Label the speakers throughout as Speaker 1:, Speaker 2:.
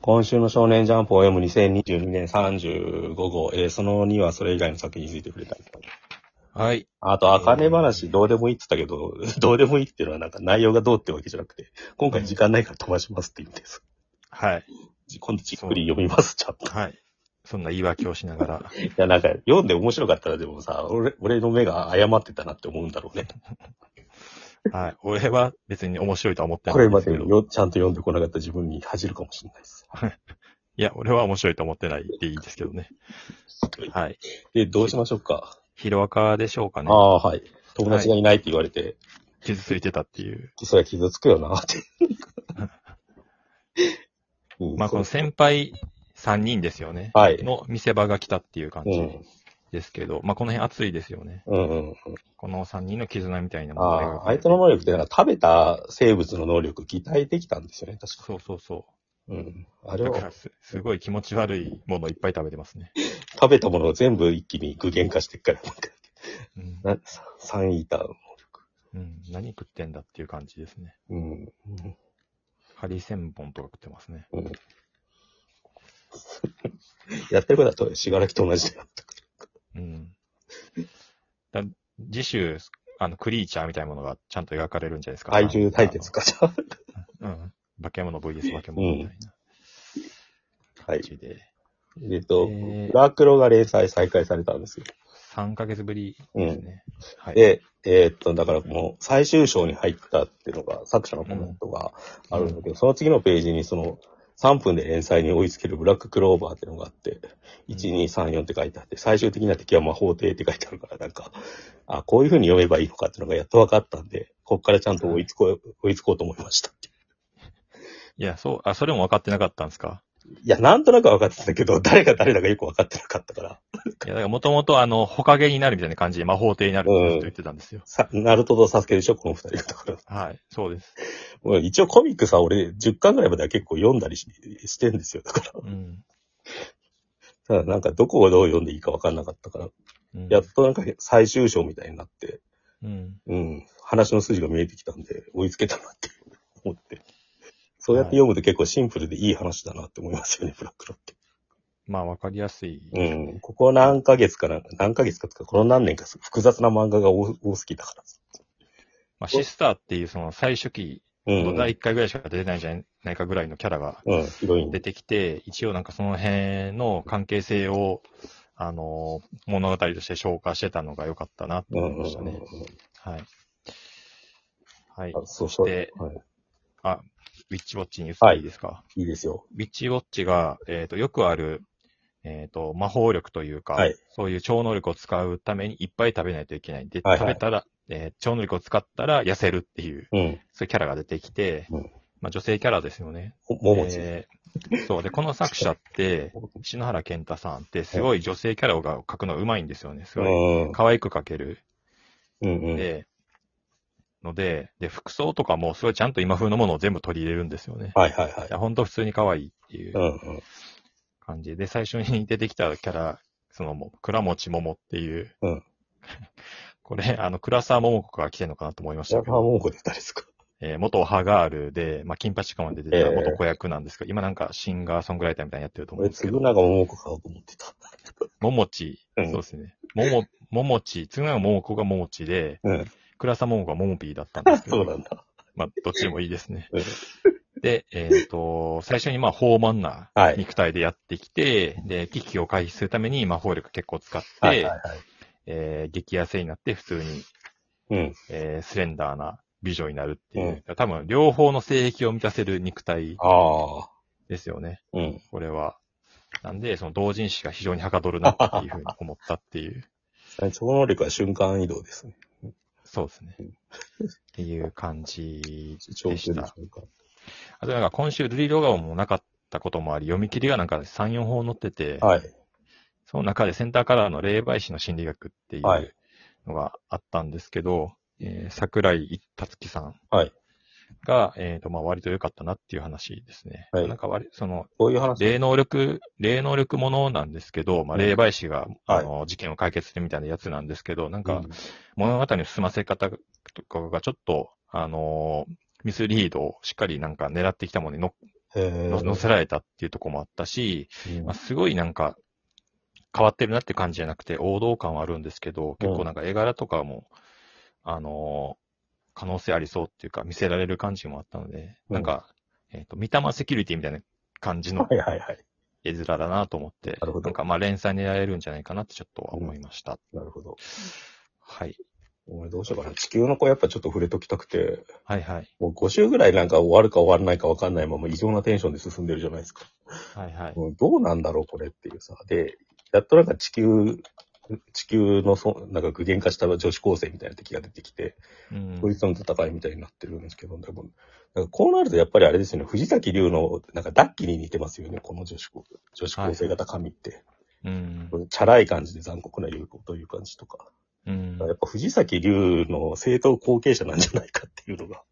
Speaker 1: 今週の少年ジャンプを読む2022年35号、えー、その2はそれ以外の作品について触れたいと思います。
Speaker 2: はい。
Speaker 1: あと、あかね話どうでもいいって言ったけど、 どうでもいいっていうのはなんか内容がどうってわけじゃなくて、今回時間ないから飛ばしますって言うんです。
Speaker 2: はい。
Speaker 1: 今度じっくり読みます、ちゃんと。
Speaker 2: はい。そんな言い訳をしな がら。
Speaker 1: いや、なんか読んで面白かったらでもさ、俺、俺の目が誤ってたなって思うんだろうね。
Speaker 2: はい。俺は別に面白いとは思って
Speaker 1: こ
Speaker 2: な
Speaker 1: れ
Speaker 2: いん
Speaker 1: ま
Speaker 2: です
Speaker 1: で
Speaker 2: けど。
Speaker 1: よ、ちゃんと読んでこなかった自分に恥じるかもしれないです。
Speaker 2: いや、俺は面白いと思ってないでいいですけどね。はい。
Speaker 1: で、どうしましょうか。
Speaker 2: ヒロアカでしょうかね
Speaker 1: あ。あ、はい。友達がいないって言われて、
Speaker 2: 傷ついてたっていう。
Speaker 1: そりゃ傷つくよな、 って。うん
Speaker 2: まあ、この先輩3人ですよね。
Speaker 1: はい
Speaker 2: の見せ場が来たっていう感
Speaker 1: う
Speaker 2: じ
Speaker 1: ん。
Speaker 2: ですけど、まあ、この辺熱いですよね。
Speaker 1: うんうん。
Speaker 2: この3人の絆みたい
Speaker 1: あ
Speaker 2: なものが
Speaker 1: あ、相手の能力って、なんか食べた生物の能力、擬態できたんですよね、確か。
Speaker 2: そうそうそ
Speaker 1: うん。あ
Speaker 2: う。
Speaker 1: れ
Speaker 2: だか
Speaker 1: は
Speaker 2: ら、すすごい気持ち悪いものをいっぱい食べてますね。
Speaker 1: 食べたものを全部一気に具現化してっから、なんか
Speaker 2: うん。
Speaker 1: なさ三イーターの能力。
Speaker 2: うん、何食ってんだっていう感じですね。
Speaker 1: うん。
Speaker 2: ハリセンボンとか食ってますね。
Speaker 1: うん。やってることは、しがらきと同じだよ。
Speaker 2: うん。だ次週、あの、クリーチャーみたいなものがちゃんと描かれるんじゃないですか。
Speaker 1: 怪獣対決か、じゃ あ。
Speaker 2: あの。うん。化け物 VS 化け物みたいな
Speaker 1: は
Speaker 2: 感
Speaker 1: い。
Speaker 2: じで。
Speaker 1: えっと、
Speaker 2: え
Speaker 1: ブ
Speaker 2: ー
Speaker 1: ラクロが連載再開されたんですよ。
Speaker 2: 3ヶ月ぶりですね。はい。
Speaker 1: で、えーっと、だからもう最終章に入ったっていうのが作者のコメントがあるんだけど、その次のページにその3分で連載に追いつけるブラッククローバーっていうのがあって、
Speaker 2: うん
Speaker 1: 1、2、3、4って書いてあって、最終的な敵は魔法帝って書いてあるから、なんか、あ、こういう風に読めばいいのかっていうのがやっと分かったんで、こっからちゃんと追いつこう、追いつこうと思いましたって。
Speaker 2: いや、そう、あ、それも分かってなかったんですか。
Speaker 1: いや、なんとなくは分かってたけど、誰が誰だかよく分かってなかったから、
Speaker 2: いや、だからもともとあの、ほかげになるみたいな感じで魔法帝になるってずっと言ってたんですよ。
Speaker 1: さ、ナルトとサスケでしょ、この二人がだから。
Speaker 2: はい。そうです。
Speaker 1: もう一応コミックさ、俺10巻ぐらいまでは結構読んだりししてんですよ。だから。
Speaker 2: うん。
Speaker 1: ただなんかどこをどう読んでいいか分かんなかったから、
Speaker 2: うん
Speaker 1: やっとなんか最終章みたいになって、
Speaker 2: うん。
Speaker 1: うん、話の筋が見えてきたんで、追いつけたなって 思って。そうやって読むと結構シンプルでいい話だなって思いますよね、ブラックロって。
Speaker 2: まあ、分かりやすい。
Speaker 1: うん、ここ何ヶ月かなんか、何ヶ月かとか、この何年か複雑な漫画が多多すぎだから。
Speaker 2: まあ、シスターっていうその最初期
Speaker 1: うん、うん、
Speaker 2: 第1回ぐらいしか出てないんじゃないかぐらいのキャラが
Speaker 1: うん、ヒロイン
Speaker 2: 出。てきて、一応なんかその辺の関係性を、あの、物語として消化してたのが良かったなと
Speaker 1: うん、
Speaker 2: 思いました
Speaker 1: うん
Speaker 2: ね。はい。はい。
Speaker 1: あ。そうそう。
Speaker 2: で
Speaker 1: はい
Speaker 2: あ、ウィッチウォッチに移っていいですか、
Speaker 1: いいですよ。
Speaker 2: ウィッチウォッチが、えっ、と、よくある、えっ、と、魔法力というか、
Speaker 1: はい
Speaker 2: そういう超能力を使うためにいっぱい食べないといけない。で、
Speaker 1: はいはい
Speaker 2: 食べたら、えー超能力を使ったら痩せるっていう、
Speaker 1: うん。
Speaker 2: そういうキャラが出てきて、
Speaker 1: うん
Speaker 2: まあ女性キャラですよね。
Speaker 1: ももち。
Speaker 2: えーそう。で、この作者って、篠原健太さんって、すごい女性キャラを描くのがうまいんですよね。す
Speaker 1: う
Speaker 2: ごい。
Speaker 1: ん。
Speaker 2: 可愛く描ける。
Speaker 1: うんうん。
Speaker 2: で、ので、で、服装とかもすごいちゃんと今風のものを全部取り入れるんですよね。
Speaker 1: はいはいはい
Speaker 2: いや、ほんと普通に可愛いっていう
Speaker 1: うんうん。
Speaker 2: 感じで、最初に出てきたキャラ、そのもう、倉持桃っていう、
Speaker 1: うん。
Speaker 2: これ、あの、倉沢桃子から来てるのかなと思いまし
Speaker 1: 白
Speaker 2: たけど、
Speaker 1: 浜桃子で誰ですか
Speaker 2: えー元ハガールで、まあ、金八とかまで出てた
Speaker 1: ええ
Speaker 2: 元子役なんですけど、今なんかシンガーソングライターみたいにやってると思うん
Speaker 1: 俺、
Speaker 2: ですけ
Speaker 1: 嗣
Speaker 2: ど、
Speaker 1: 永桃子買おうと思ってた。
Speaker 2: ももち、
Speaker 1: う
Speaker 2: そうんですね。もも、ももち、つぐなももこがももちで、
Speaker 1: うん。
Speaker 2: 倉沢ももこがももぴーだったんですけ
Speaker 1: そ
Speaker 2: ど、
Speaker 1: うなんだ。
Speaker 2: まあ、どっちでもいいですね。
Speaker 1: うん
Speaker 2: で、えっ、と、最初にまあ、豊満な
Speaker 1: はい
Speaker 2: 肉体でやってきて、で、危機を回避するために魔法力結構使って、
Speaker 1: はいはいはい。
Speaker 2: えー激痩せになって普通に、
Speaker 1: うん。
Speaker 2: えースレンダーな美女になるっていうう、多分両方の性癖を満たせる肉体
Speaker 1: ああ。
Speaker 2: ですよね、
Speaker 1: うん。
Speaker 2: これは。なんで、その同人誌が非常にはかどるなっていうふうに思ったっていう、
Speaker 1: 超能力は瞬間移動ですね。
Speaker 2: そうですね。
Speaker 1: うん
Speaker 2: っていう感じ
Speaker 1: 超
Speaker 2: で
Speaker 1: 級
Speaker 2: し
Speaker 1: で
Speaker 2: た
Speaker 1: し。ょうか。
Speaker 2: あとなんか今週、ルリ動画もなかったこともあり、読み切りがなんか3、4本載ってて、
Speaker 1: はい。
Speaker 2: その中でセンターカラーの霊媒師の心理学ってい
Speaker 1: はいう
Speaker 2: のがあったんですけど、えー桜井達樹さん
Speaker 1: はい。
Speaker 2: が、えっ、と、まあ、割と良かったなっていう話ですね。
Speaker 1: はい
Speaker 2: なんか割、その、
Speaker 1: そういう話。
Speaker 2: 霊能力、霊能力ものなんですけど、まあ、
Speaker 1: うん
Speaker 2: 霊媒師が、あの、事件を解決するみたいなやつなんですけど、なんか、物語の進ませ方とかがちょっと、あのーミスリードをしっかりなんか狙ってきたものにの
Speaker 1: へ
Speaker 2: の載せられたっていうところもあったし、
Speaker 1: うん
Speaker 2: まあ、すごいなんか、変わってるなって感じじゃなくて、王道感はあるんですけど、結構なんか絵柄とかも、あのー可能性ありそうっていうか、見せられる感じもあったので、
Speaker 1: うん
Speaker 2: なんか、えっ、と、三玉セキュリティみたいな感じの
Speaker 1: はいはいはい。
Speaker 2: 絵面だなと思って、
Speaker 1: なるほど
Speaker 2: んかまあ連載狙えるんじゃないかなってちょっとは思いました。
Speaker 1: なるほど。
Speaker 2: はい。
Speaker 1: 俺どうしようかな。地球の子やっぱちょっと触れときたくて、
Speaker 2: はいはい。
Speaker 1: もう5週ぐらいなんか終わるか終わらないかわかんないまま異常なテンションで進んでるじゃないですか。
Speaker 2: はいはい。
Speaker 1: もうどうなんだろうこれっていうさ。で、やっとなんか地球、地球のそ、なんか具現化した女子高生みたいな敵が出てきて、
Speaker 2: うん
Speaker 1: こいつの戦いみたいになってるんですけど、でも、なんかこうなるとやっぱりあれですよね、藤崎龍の、なんかダッキに似てますよね、この女子高女子高生型神って。
Speaker 2: うん。
Speaker 1: チャラい感じで残酷な流行という感じとか。
Speaker 2: うん。
Speaker 1: やっぱ藤崎龍の政党後継者なんじゃないかっていうの が、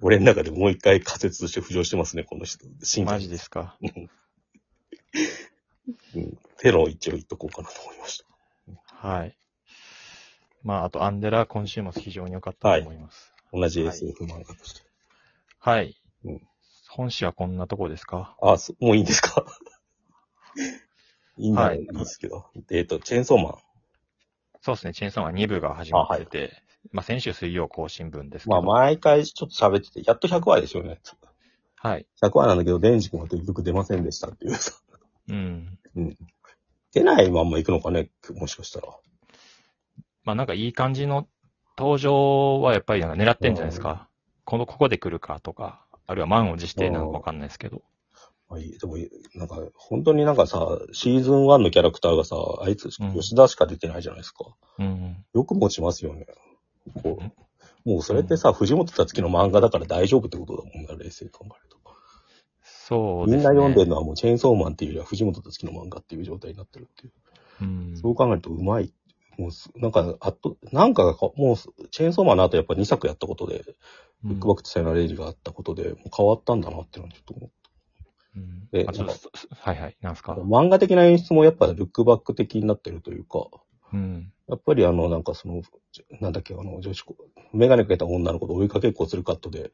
Speaker 1: 俺の中でもう一回仮説として浮上してますね、この人。真
Speaker 2: マジですか。
Speaker 1: うん。テロを一応言っとこうかなと思いました。
Speaker 2: はい。まあ、あと、アンデラ、今週末非常に良かったと思います。
Speaker 1: 同じ SF 漫画として。
Speaker 2: はい。
Speaker 1: うん
Speaker 2: 本誌はこんなとこですか
Speaker 1: あ、そもういいんです かいいんだ、
Speaker 2: はい
Speaker 1: い、いんですけど。えっ、と、チェーンソーマン。
Speaker 2: そうですね、チェーンソーマン2部が始まってて、まあ、先週水曜更新分ですけ
Speaker 1: まあ、
Speaker 2: ど、
Speaker 1: 毎回ちょっと喋ってて、やっと100話ですよね。
Speaker 2: はい。
Speaker 1: 100話なんだけど、デンジ君は結局出ませんでしたっていうさ。
Speaker 2: うん。
Speaker 1: 出ないまんま行くのかね、もしかしたら。
Speaker 2: まあ、なんかいい感じの登場はやっぱりなんか狙ってんじゃないですか。この、ここで来るかとか、あるいは満を持してなのかわかんないですけど。
Speaker 1: まあいい、でも、なんか、本当になんかさ、シーズン1のキャラクターがさ、あいつ、
Speaker 2: うん
Speaker 1: 吉田しか出てないじゃないですか。
Speaker 2: うん。
Speaker 1: よく持ちますよね。こう。もうそれってさ、藤本たつきの漫画だから大丈夫ってことだもんな、冷静に考えると。
Speaker 2: そう
Speaker 1: み
Speaker 2: ですね。
Speaker 1: んな読んでるのはもうチェーンソーマンっていうよりは藤本たつきの漫画っていう状態になってるっていう。
Speaker 2: うん。
Speaker 1: そう考えるとうまい。もうす、なんか、あっと、なんかがか、もうす、チェーンソーマンの後やっぱ2作やったことで、
Speaker 2: うん
Speaker 1: ブックバックとサヨナレージがあったことで、もう変わったんだなっていうのはちょっと思う
Speaker 2: うん
Speaker 1: え
Speaker 2: あちょっとはいはい、なんですか。
Speaker 1: 漫画的な演出もやっぱルックバック的になってるというか、
Speaker 2: うん。
Speaker 1: やっぱりあの、なんかその、じなんだっけ、あの、女子高、メガネかけた女の子と追いかけっこするカットで、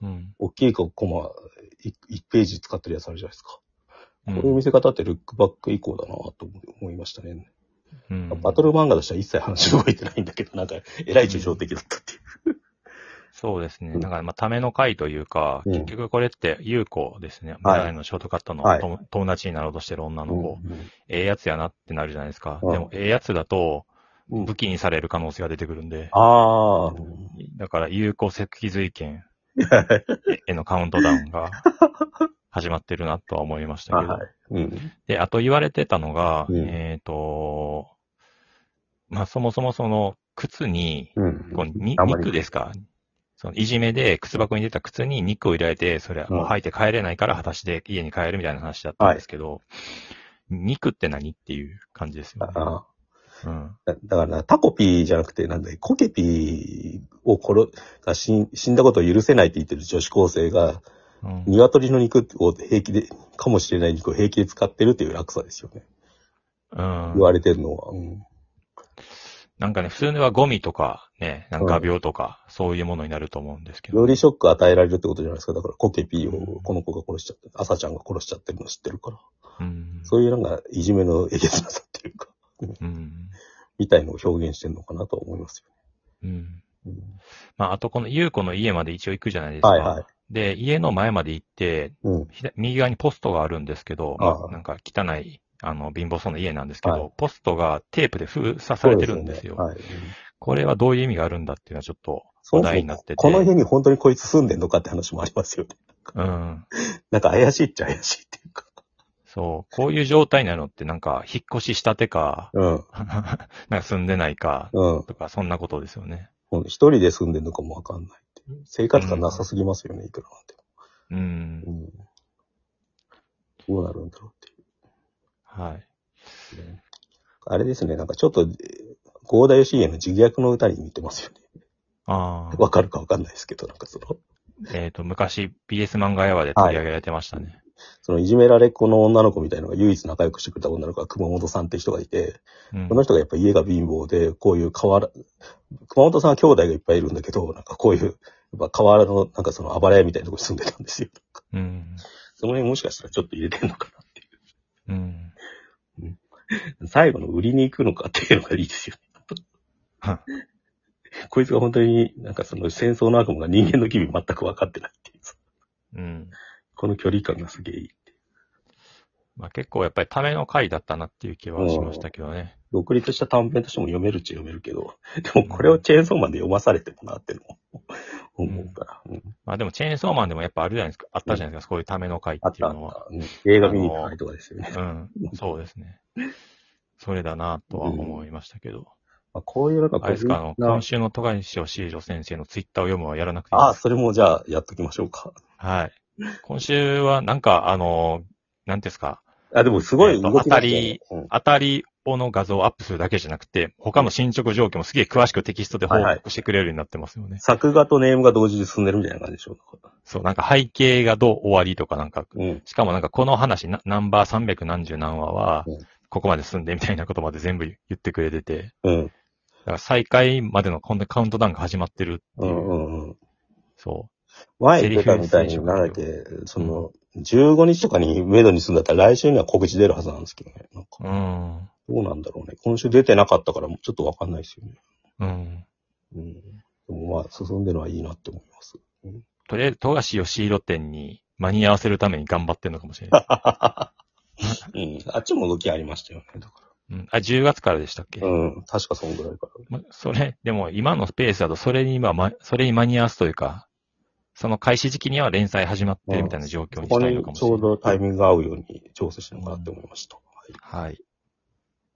Speaker 2: うん。
Speaker 1: 大きいコマ、い1ページ使ってるやつあるじゃないですか。
Speaker 2: うん
Speaker 1: こういう見せ方ってルックバック以降だなと思いましたね。
Speaker 2: うん
Speaker 1: バトル漫画としては一切話動いてないんだけど、なんか、えらい抽象的だったっていう。
Speaker 2: そうですね。
Speaker 1: うん
Speaker 2: だから、まあ、ための回というか、
Speaker 1: うん
Speaker 2: 結局これって、優子ですね。
Speaker 1: はい
Speaker 2: 前のショートカットの
Speaker 1: はい
Speaker 2: と友達になろうとしてる女の子、ええやつやなってなるじゃないですか。
Speaker 1: うん
Speaker 2: でも、ええやつだと、
Speaker 1: うん
Speaker 2: 武器にされる可能性が出てくるんで、
Speaker 1: ああ、
Speaker 2: だから、有効石髄剣へのカウントダウン が始まってるなとは思いました
Speaker 1: は
Speaker 2: け
Speaker 1: いは。
Speaker 2: ど
Speaker 1: い。うん。
Speaker 2: で、あと言われてたのが、
Speaker 1: うん
Speaker 2: えっ、と、まあ、そもそもその、靴に、
Speaker 1: うん。
Speaker 2: こうに
Speaker 1: あんまり
Speaker 2: 肉ですかそのいじめで靴箱に出た靴に肉を入れられて、それはもう履いて帰れないから、裸足で家に帰るみたいな話だったんですけど、肉って何っていう感じですよね。
Speaker 1: あ
Speaker 2: うん、
Speaker 1: あだからな、タコピーじゃなくて、なんだいコケピーを殺、が死ん死んだことを許せないって言ってる女子高生が、
Speaker 2: うん
Speaker 1: 鶏の肉を平気で、かもしれない肉を平気で使ってるっていう落差ですよね。
Speaker 2: うん
Speaker 1: 言われてるのは。うん。
Speaker 2: なんかね、普通ではゴミとか、ね、なんか画鋲とか、そういうものになると思うんですけ
Speaker 1: よ
Speaker 2: ど、
Speaker 1: りショック与えられるってことじゃないですか。だからコケピーをこの子が殺しちゃって、朝ちゃんが殺しちゃってるの知ってるから。
Speaker 2: うん
Speaker 1: そういうなんか、いじめのえげつなさっていうか、
Speaker 2: うん
Speaker 1: みたいのを表現してるのかなとは思います
Speaker 2: うん
Speaker 1: よね。
Speaker 2: まあ、あとこの優子の家まで一応行くじゃないですか。
Speaker 1: はいはい
Speaker 2: で、家の前まで行って、
Speaker 1: うん。うん。
Speaker 2: 左右側にポストがあるんですけど、
Speaker 1: ああ
Speaker 2: なんか汚い、あの、貧乏そうな家なんですけど、
Speaker 1: は
Speaker 2: ポストがテープで封鎖されてるんですよ。
Speaker 1: そうですよねはい。
Speaker 2: これはどういう意味があるんだっていうのはちょっと
Speaker 1: そ
Speaker 2: 話
Speaker 1: もそ
Speaker 2: 題になって
Speaker 1: も
Speaker 2: て。
Speaker 1: この家に本当にこいつ住んでんのかって話もありますよね。
Speaker 2: うん。
Speaker 1: なんか怪しいっちゃ怪しいっていうか。
Speaker 2: そう。こういう状態になるのってなんか、引っ越ししたてか、
Speaker 1: うん。
Speaker 2: なんか住んでないか、
Speaker 1: うん
Speaker 2: とか、そんなことですよね。
Speaker 1: この。一人で住んでんのかもわかんないっていう。生活感なさすぎますよね、いくらなんて。
Speaker 2: うん
Speaker 1: う。ん。どうなるんだろうっていう。
Speaker 2: はい。
Speaker 1: あれですね、なんかちょっと、えー郷田義家の自虐の歌に似てますよね。
Speaker 2: ああ。
Speaker 1: わかるかわかんないですけど、なんかその、
Speaker 2: えっ、と、昔、BS 漫画やわで取り上げられてましたね。
Speaker 1: そのいじめられっ子の女の子みたいなのが唯一仲良くしてくれた女の子が熊本さんって人がいて、
Speaker 2: うん
Speaker 1: この人がやっぱ家が貧乏で、こういう河原、熊本さんは兄弟がいっぱいいるんだけど、なんかこういう、やっぱ河原のなんかその暴れ屋みたいなとこに住んでたんですよ。
Speaker 2: うん。
Speaker 1: その辺もしかしたらちょっと入れてんのかなって
Speaker 2: うん。
Speaker 1: いう。最後の売りに行くのかっていうのがいいですよ
Speaker 2: は
Speaker 1: ね。こいつが本当になんかその戦争の悪夢が人間の機微全く分かってないっていう。
Speaker 2: うん。
Speaker 1: この距離感がすげえいい。
Speaker 2: まあ結構やっぱりための回だったなっていう気はしましたけどね。
Speaker 1: 独立した短編としても読めるっちゃ読めるけど、でもこれをチェーンソーマンで読まされてもなってのも思うから。うん
Speaker 2: まあでもチェーンソーマンでもやっぱあるじゃないですか。あったじゃないですか。そういうための回
Speaker 1: あ
Speaker 2: っ
Speaker 1: って
Speaker 2: い
Speaker 1: た
Speaker 2: う
Speaker 1: あっ
Speaker 2: のは。
Speaker 1: た、うん映画見に行く回とかですよね。
Speaker 2: うん。そうですね。それだなとは思いましたけど。
Speaker 1: まあ、こういうなんか
Speaker 2: あれですか、あの、
Speaker 1: な
Speaker 2: 今週の戸上をシージョ先生のツイッターを読むはやらなくていいです
Speaker 1: ああ、それもじゃあやっときましょう か。
Speaker 2: はい。今週は、なんか、あの、なんていうんですか、
Speaker 1: あ、でもすごい動きだ
Speaker 2: えっ
Speaker 1: け、うん
Speaker 2: 当たりをの画像をアップするだけじゃなくて、他の進捗状況もすげえ詳しくテキストで報
Speaker 1: はいは
Speaker 2: 告してくれるようになってますよね。
Speaker 1: 作画とネームが同時に進んでるみたいな感じでしょうか。
Speaker 2: そう、なんか背景がどう終わりとかなんか、
Speaker 1: うん。
Speaker 2: しかもなんかこの話、なナンバー300何十何話は
Speaker 1: うん、
Speaker 2: ここまで進んでみたいなことまで全部言ってくれてて、
Speaker 1: うん。
Speaker 2: だから再開までのこんなカウントダウンが始まってるっ
Speaker 1: う
Speaker 2: ていう、
Speaker 1: んうんうん。
Speaker 2: そ
Speaker 1: 前言ってたみたいに、なんだっけ、その、15日とかにメドに住んだったら来週には告知出るはずなんですけどね。なんか
Speaker 2: う。うん。
Speaker 1: どうなんだろうね。今週出てなかったから、ちょっとわかんないですよね。
Speaker 2: うん。
Speaker 1: うん。でもまあ、進んでるのはいいなって思います。
Speaker 2: とりあえず、富樫義弘店に間に合わせるために頑張ってるのかもしれない。
Speaker 1: うん。あっちも動きありましたよね。だか
Speaker 2: うん、あ、10月からでしたっけ、
Speaker 1: ら。うん。確かそんぐらいから。
Speaker 2: まそれ、でも今のスペースだと、それに今、ま、それに間に合わすというか、その開始時期には連載始まってるみたいな状況
Speaker 1: そ
Speaker 2: に
Speaker 1: こ
Speaker 2: したいの
Speaker 1: に
Speaker 2: かもし
Speaker 1: ち
Speaker 2: れ
Speaker 1: ょ
Speaker 2: な
Speaker 1: う
Speaker 2: い。
Speaker 1: どタイミングが合うように調整したのかなって思いました。はい。
Speaker 2: はい。